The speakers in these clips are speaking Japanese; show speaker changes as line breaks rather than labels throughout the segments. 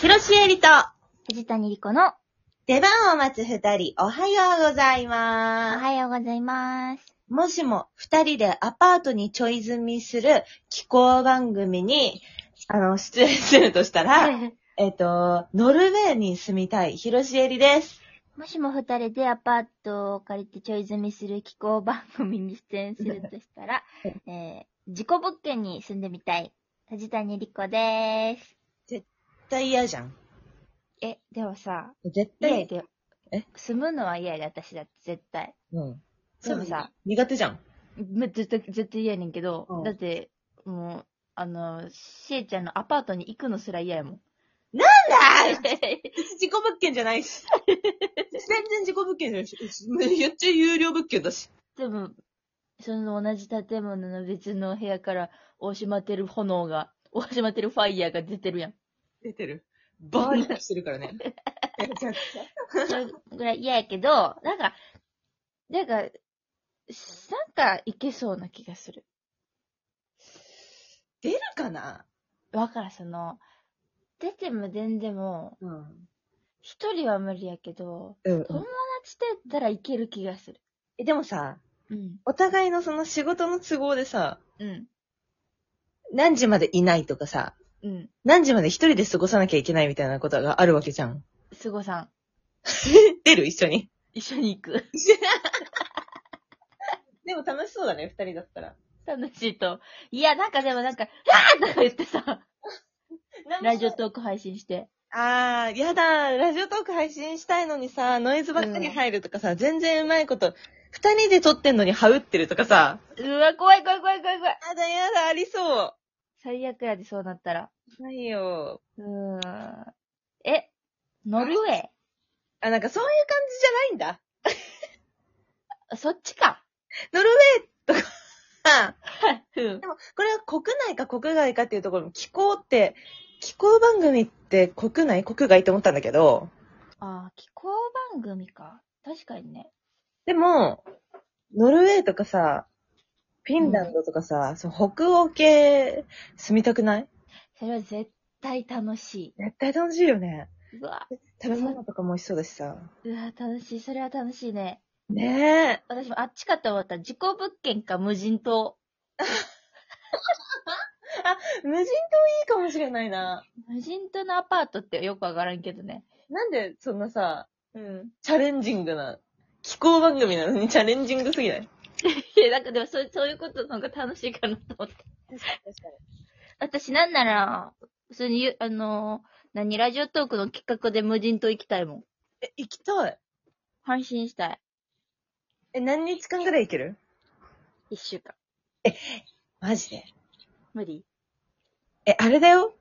広ロエリと、
藤谷莉子の、
出番を待つ二人、おはようござい
お
ます。
はようございます。
もしも、二人でアパートにちょい住みする気候番組に、あの、出演するとしたら、えっと、ノルウェーに住みたい、広ロエリです。
もしも二人でアパートを借りてちょい住みする気候番組に出演するとしたら、えー、自己物件に住んでみたい、藤谷莉子でーす。
絶対嫌じゃん。
え、でもさ、
絶対、
家で
え、
住むのは嫌やで、私だって絶対。
うん。
でもさ、
苦手じゃん。
めずっと、ずっと嫌やねんけど、
うん
だって、もう、あの、しえちゃんのアパートに行くのすら嫌やもん。
なんだ 自己物件じゃない し。全然自己物件じゃないし。めっちゃ有料物件だし。
でも、その同じ建物の別の部屋から、大島てる炎が、大島てるファイヤーが出てるやん。
出てる。バーンってしてるからね。
それぐらい嫌やけど、なんか、なんか、なんかいけそうな気がする。
出るかな
わからん、その、出ても出んでも、
うん。
一人は無理やけど、
うん
友達とやったらいける気がする。
え、でもさ、
うん。
お互いのその仕事の都合でさ、
うん。
何時までいないとかさ、
うん。
何時まで一人で過ごさなきゃいけないみたいなことがあるわけじゃん。
すごさん、
出る一緒に。
一緒に行く。
でも楽しそうだね、二人だったら。
楽しいと。いや、なんかでもなんか、あーとか言ってさ、ラジオトーク配信して。
あー、やだ、ラジオトーク配信したいのにさ、ノイズばっかり入るとかさ、全然うまいこと、二人で撮ってんのにハウってるとかさ、
うわ、怖い怖い怖い怖い怖い。
やだやだ、ありそう。
最悪やで、そうなったら。
ないよ。
うーん。え、ノルウェ
あ、なんかそういう感じじゃないんだ。
ーそっちか。
ノルウェーとか、
うん
で。も、これは国内か国外かっていうところも、気候って、気候番組って国内国外って思ったんだけど、
あー気候番組か。確かにね。
でも、ノルウェーとかさ、フィンランドとかさ、その北欧系住みたくない
それは絶対楽し
絶対楽しいよね。
い。うわ、
食べ物とかも美味しそうだしさ。
うわ、楽しい。それは楽しいね。
ねえ。
私もあっちかと思った。自己物件か無人島。
無人島いいかもしれないな。
無人島のアパートってよくわからんけどね。
なんでそんなさ、
うん。
チャレンジングな、気候番組なのにチャ レンジングすぎない
いや、なんかでもそうそういうことの方が楽しいかなと思って。私なんなら、普通にゆ、あのー何、ラジオトークの企画で無人島行きたいもん。
え、行きたい。
配信したい。
え、何日間ぐらい行ける
一週間。
マジで。
無理
え、あれだよ。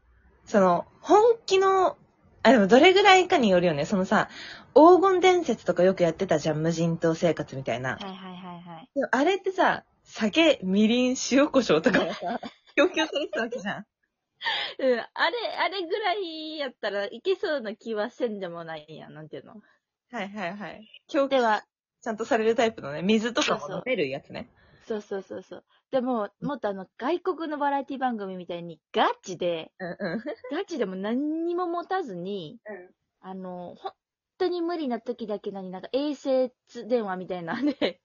その、本気の、あ、でもどれぐらいかによるよね。そのさ、黄金伝説とかよくやってたじゃん、無人島生活みたいな。
はいはいはいはい。
でもあれってさ、酒、みりん、塩胡椒とかもさ、供給されてたわけじゃん。
うん、あれ、あれぐらいやったらいけそうな気はせんでもないやん、なんていうの。
はいはいはい。供給
では、
ちゃんとされるタイプのね、水とか
そう
も
そう
飲めるやつね。
そうそうそうそう。でも、もっとあの、外国のバラエティ番組みたいにガチで、
うんうん。
ガチでも何にも持たずに、あの、本当に無理な時だけ何、なんか衛星電話みたいなんで、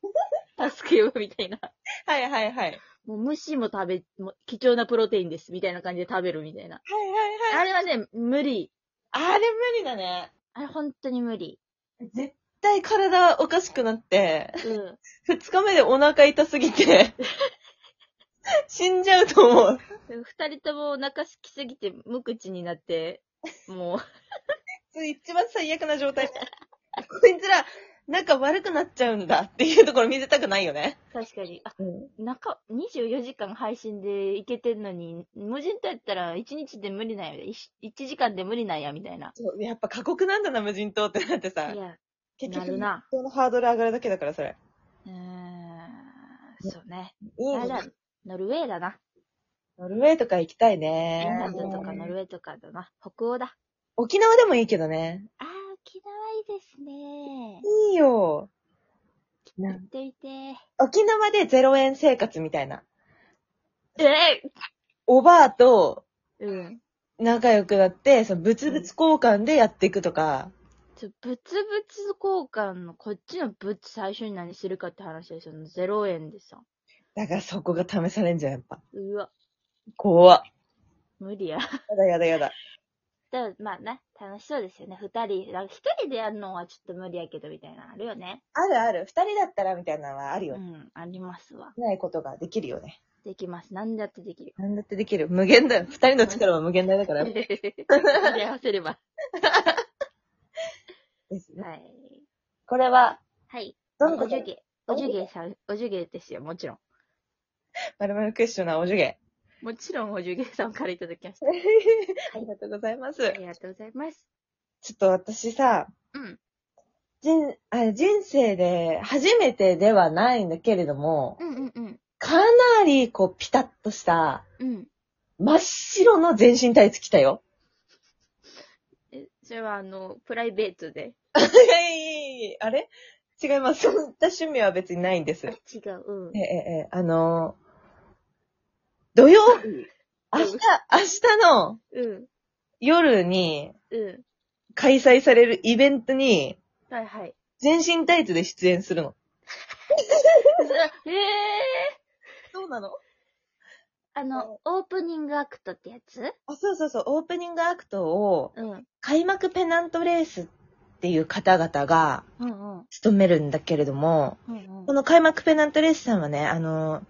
助けようみたいな。
はいはいはい。
もう虫も食べ、もう貴重なプロテインです、みたいな感じで食べるみたいな。
はいはいはい。
あれはね、無理。
あれ無理だね。
あれ本当に無理。
絶対体おかしくなって、
うん。
二日目でお腹痛すぎ て、死んじゃうと思う。
二人ともお腹すきすぎて無口になって、も
一番最悪な状態。こいつら、仲悪くなっちゃうんだっていうところ見せたくないよね。
う、確かに。あ、
うん。
中、24時間配信でいけてんのに、無人島やったら1日で無理なんや、1時間で無理なんや、みたいな。
そう、やっぱ過酷なんだな、無人島ってなってさ
い。や、
結
な
局、
る
無人
な。
島のハードル上がるだけだから、それ。
うーん、そうね。
いい
あれだ
ね。、
ノルウェーだな。
ノルウェーとか行きたい
フ
ね
ィンランドとかノルウェーとかだな。北欧だ。
沖縄でもいいけどね。
あー、沖縄いいですね。
いいよ。
行ってみてー。
沖縄で0円生活みたいな。
え
おばあと、
うん。
仲良くなって、その物々交換でやっていくとか、
ちょ、物々交換のこっちの物最初に何するかって話でしょ。0円でさ。
だからそこが試されんじゃん、やっぱ。
うわ、
怖っ。
無理や。
やだやだやだ。
でもまあね、楽しそうですよね。二人、なんか一人でやるのはちょっと無理やけどみたいなのあるよね。
あるある。二人だったらみたいなのはある
う
よね。
ん、ありますわ。
できないことができるよね。
できます。何だってで きる。
なんだってできる。無限だよ。二人の力は無限大だから。
取り合わせれば。
ですね。
はい。
これは、
はい。
どんな
お
こと
じゅげ。おじゅげさん、おじゅげですよ、もちろん。
まるまるクッションなおじゅ げ。
もちろんおじゅげさんからいただきました。
ありがとうございます。
ありがとうございます。
ちょっと私さ、
うん。
人、あ人生で初めてではないんだけれども、
うんうんうん。
かなりこうピタッとした
うん。
真っ白の全身タイツ着た よ。
え、それはあの、プライベートで。
いやいやいやいやあれ違います。そういった趣味は別にないんです。
あ
え
違う。うん
え、。ええ、あの土曜日、明日、明日の
うん。
夜に
う
開催されるイベントに
ん。はいはい。
全身タイツで出演するの。
ええ
そうなの
ー、あの、オープニングアクトってやつ
あ、そうそうそう、オープニングアクトを
うん。うん
開幕ペナントレースっていう方々が
うん。
務めるんだけれども、
うん
この開幕ペナントレースさんはね、あの、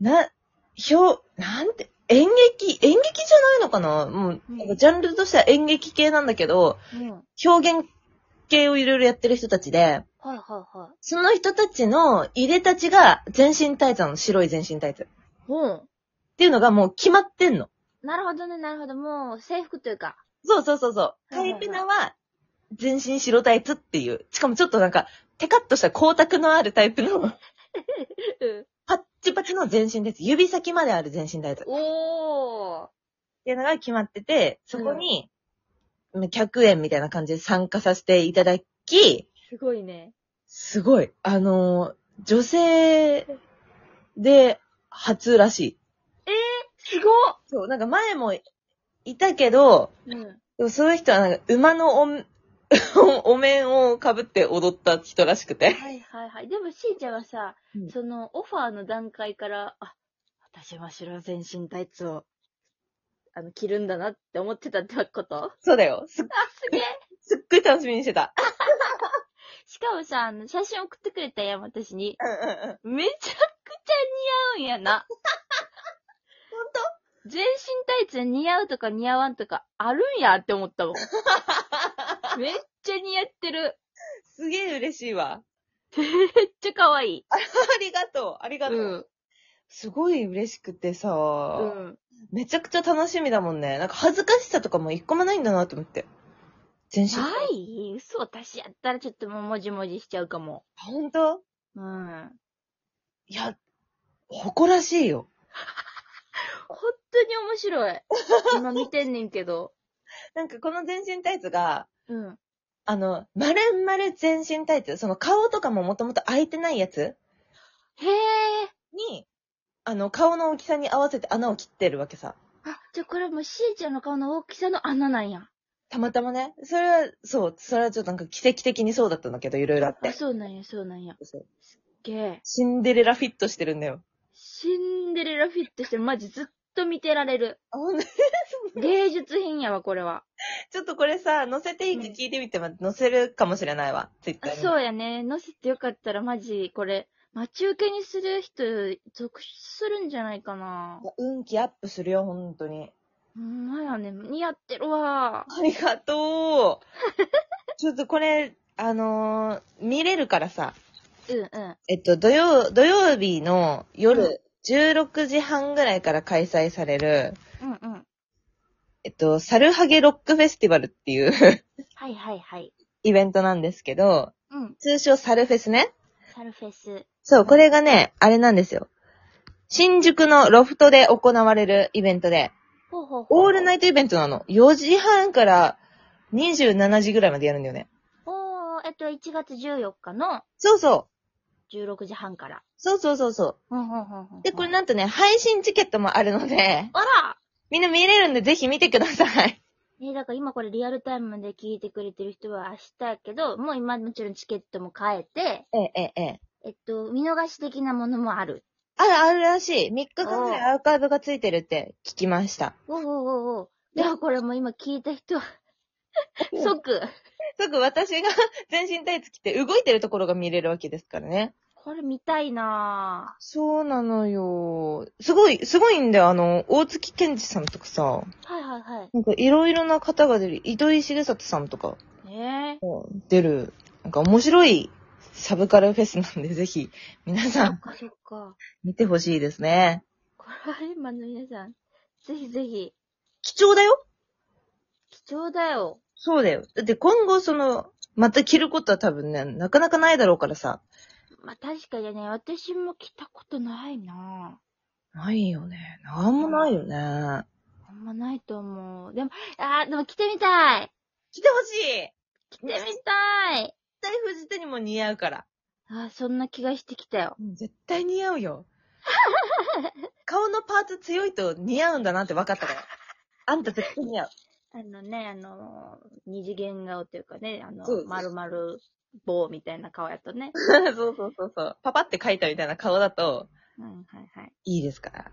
な、表、なんて、演劇、演劇じゃないのかなもう、
うん
なんかジャンルとしては演劇系なんだけど、
うん。うん。
表現系をいろいろやってる人たちで、
はいはいはい。
その人たちの入れたちが全身タイツなの、白い全身タイツ。っ
うん。
ていうのがもう決まってんの。
なるほどね、なるほど。もう、制服というか。
そうそうそうそう。
はいは
カ
いは
イペ
い
ナは全身白タイツっていう。しかもちょっとなんか、テカッとした光沢のあるタイプの、
うん。
パッチパチの全身タイツ。指先まである全身タイツ。
おー。
っていうのが決まってて、そこに、100円みたいな感じで参加させていただき、
すごいね。
すごい。あのー、女性で初らしい。
すご
そう、なんか前もいたけど、
うん。
でもそういう人はなんか馬のお んお面を被って踊った人らしくて。
はいはいはい。でも、しーちゃんはさ、
うん
その、オファーの段階から、あ、私は白全身タイツを、あの、着るんだなって思ってたってこと
そうだよ。 すっ
あ、すげえ
すっごい楽しみにしてた。
しかもさ、あの、写真送ってくれたやん、私に。
うんうんうん。
めちゃくちゃ似合うんや な。
ほん
全身タイツ似合うとか似合わんとかあるんやって思 ったもん。めっちゃ似合ってる。
すげえ嬉しいわ。
めっちゃ可愛い。
ありがとう、ありが
う
とう。
ん。
すごい嬉しくてさ、
うん。
めちゃくちゃ楽しみだもんね。なんか恥ずかしさとかも一個もないんだなと思って。全身。
ない嘘、私やったらちょっともうもじもじしちゃうかも。
ほんと
うん。
いや、誇らしいよ。
本当に面白 い。今見てんねんけど。
なんかこの全身タイツが、
うん。
あの、まるまる全身タイツ、その顔とかももともと開いてないやつ
へえ。
に、あの、顔の大きさに合わせて穴を切ってるわけさ。
あ、じゃあこれもうしーちゃんの顔の大きさの穴なんや。
たまたまね。それは、そう、それはちょっとなんか奇跡的にそうだったんだけど、いろいろあっ
あ、
て。
そうなんや、そうなんや。
そう
げえ。
シンデレラフィットしてるんだよ。
シンデレラフィットして、マジずっと見てられる。
あ、ほんと
芸術品やわ、これは。
ちょっとこれさ、載せていいか聞いてみて、ま載せるかもしれないわ。ツイッタ
あ、
ーに。
そうやね。載せてよかったら、マジ、これ、待ち受けにする人、続出するんじゃないかな。
運気アップするよ、本当に。
ほんまやね。似合ってるわ。
ありがとう。ちょっとこれ、あのー見れるからさ、
うんうん。
えっと、土曜、土曜日の
う
夜、16時半ぐらいから開催される、
うんうん。
えっと、サルハゲロックフェスティバルっていう
はいはいはい。
イベントなんですけど、
うん。
通称サルフェスね。
サルフェス。
そう、これがね、あれなんですよ。新宿のロフトで行われるイベントで、
ほうほうほう。
オールナイトイベントなの。4時半から27時ぐらいまでやるんだよね。
おー、えっと、1月14日の
そうそう。
16時半から。
そうそうそうそう。
うんうんうんう ん。
で、これなんとね、配信チケットもあるので、
あら
みんな見れるんで、ぜひ見てください。
ね、だから今これリアルタイムで聞いてくれてる人は明日やけど、もう今もちろんチケットも買えて、
ええ、ええ。
えっと、見逃し的なものもある。
ある、あるらしい。3日間ぐらいアーカイブがついてるって聞きま した。
おうおうおうおう。じゃあこれも今聞いた人は
うん
即、
すぐ私が 全身タイツ着て動いてるところが見れるわけですからね。
これ見たいな
そうなのよ。すごい、すごいんだよ。あの、大月健二さんとかさ、
ぁ。はいはいはい。
なんかいろいろな方が出る、糸井重里さんとか
ねえ。
出る、なんか面白いサブカルフェスなんで、ぜひ皆さ
そっ
ん
かそっか。
見てほしいですね。
これは今の皆さん、ぜひぜひ、
貴重だよ
貴重だよ。
そうだよ。だって今後その、また着ることは多分ね、なかなかないだろうからさ。
まあ、確かにね、私も着たことないな
ないよね。なんもないよね。
ぁ。あんまないと思う。でも、あーでも着てみたい
着てほしい
着てみたい
絶対藤手にも似合うから。
あーそんな気がしてきたよ。
絶対似合う よ。顔のパーツ強いと似合うんだなって分かったから。あんた絶対似合う。
あのね、あのー、二次元顔というかね、あの
そう、そう
丸々棒みたいな顔やとね。
そうそうそうそう。パパって描いたみたいな顔だと、
うん、はいはい。
いいですから。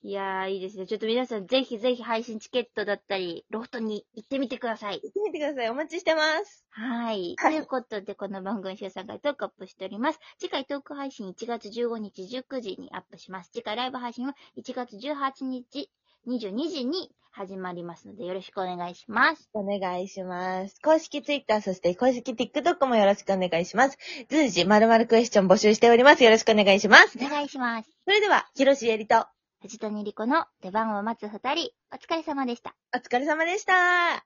いやー、いいですね。ちょっと皆さん、ぜひぜひ配信チケットだったり、ロフトに行ってみてください。
見てみてください。お待ちしてます。
はい。
はい
ということで、この番組週3回トークアップしております。次回トーク配信1月15日19時にアップします。次回ライブ配信は1月18日22時に始まりますので、よろしくお願いします。
お願いします。公式 Twitter、そして公式 TikTok もよろしくお願いします。随時、まるクエスチョン募集しております。よろしくお願いします
お。願いします。
それでは、ひろしえりと、
藤谷莉子の出番を待つ二人、お疲れ様でした。
お疲れ様でした。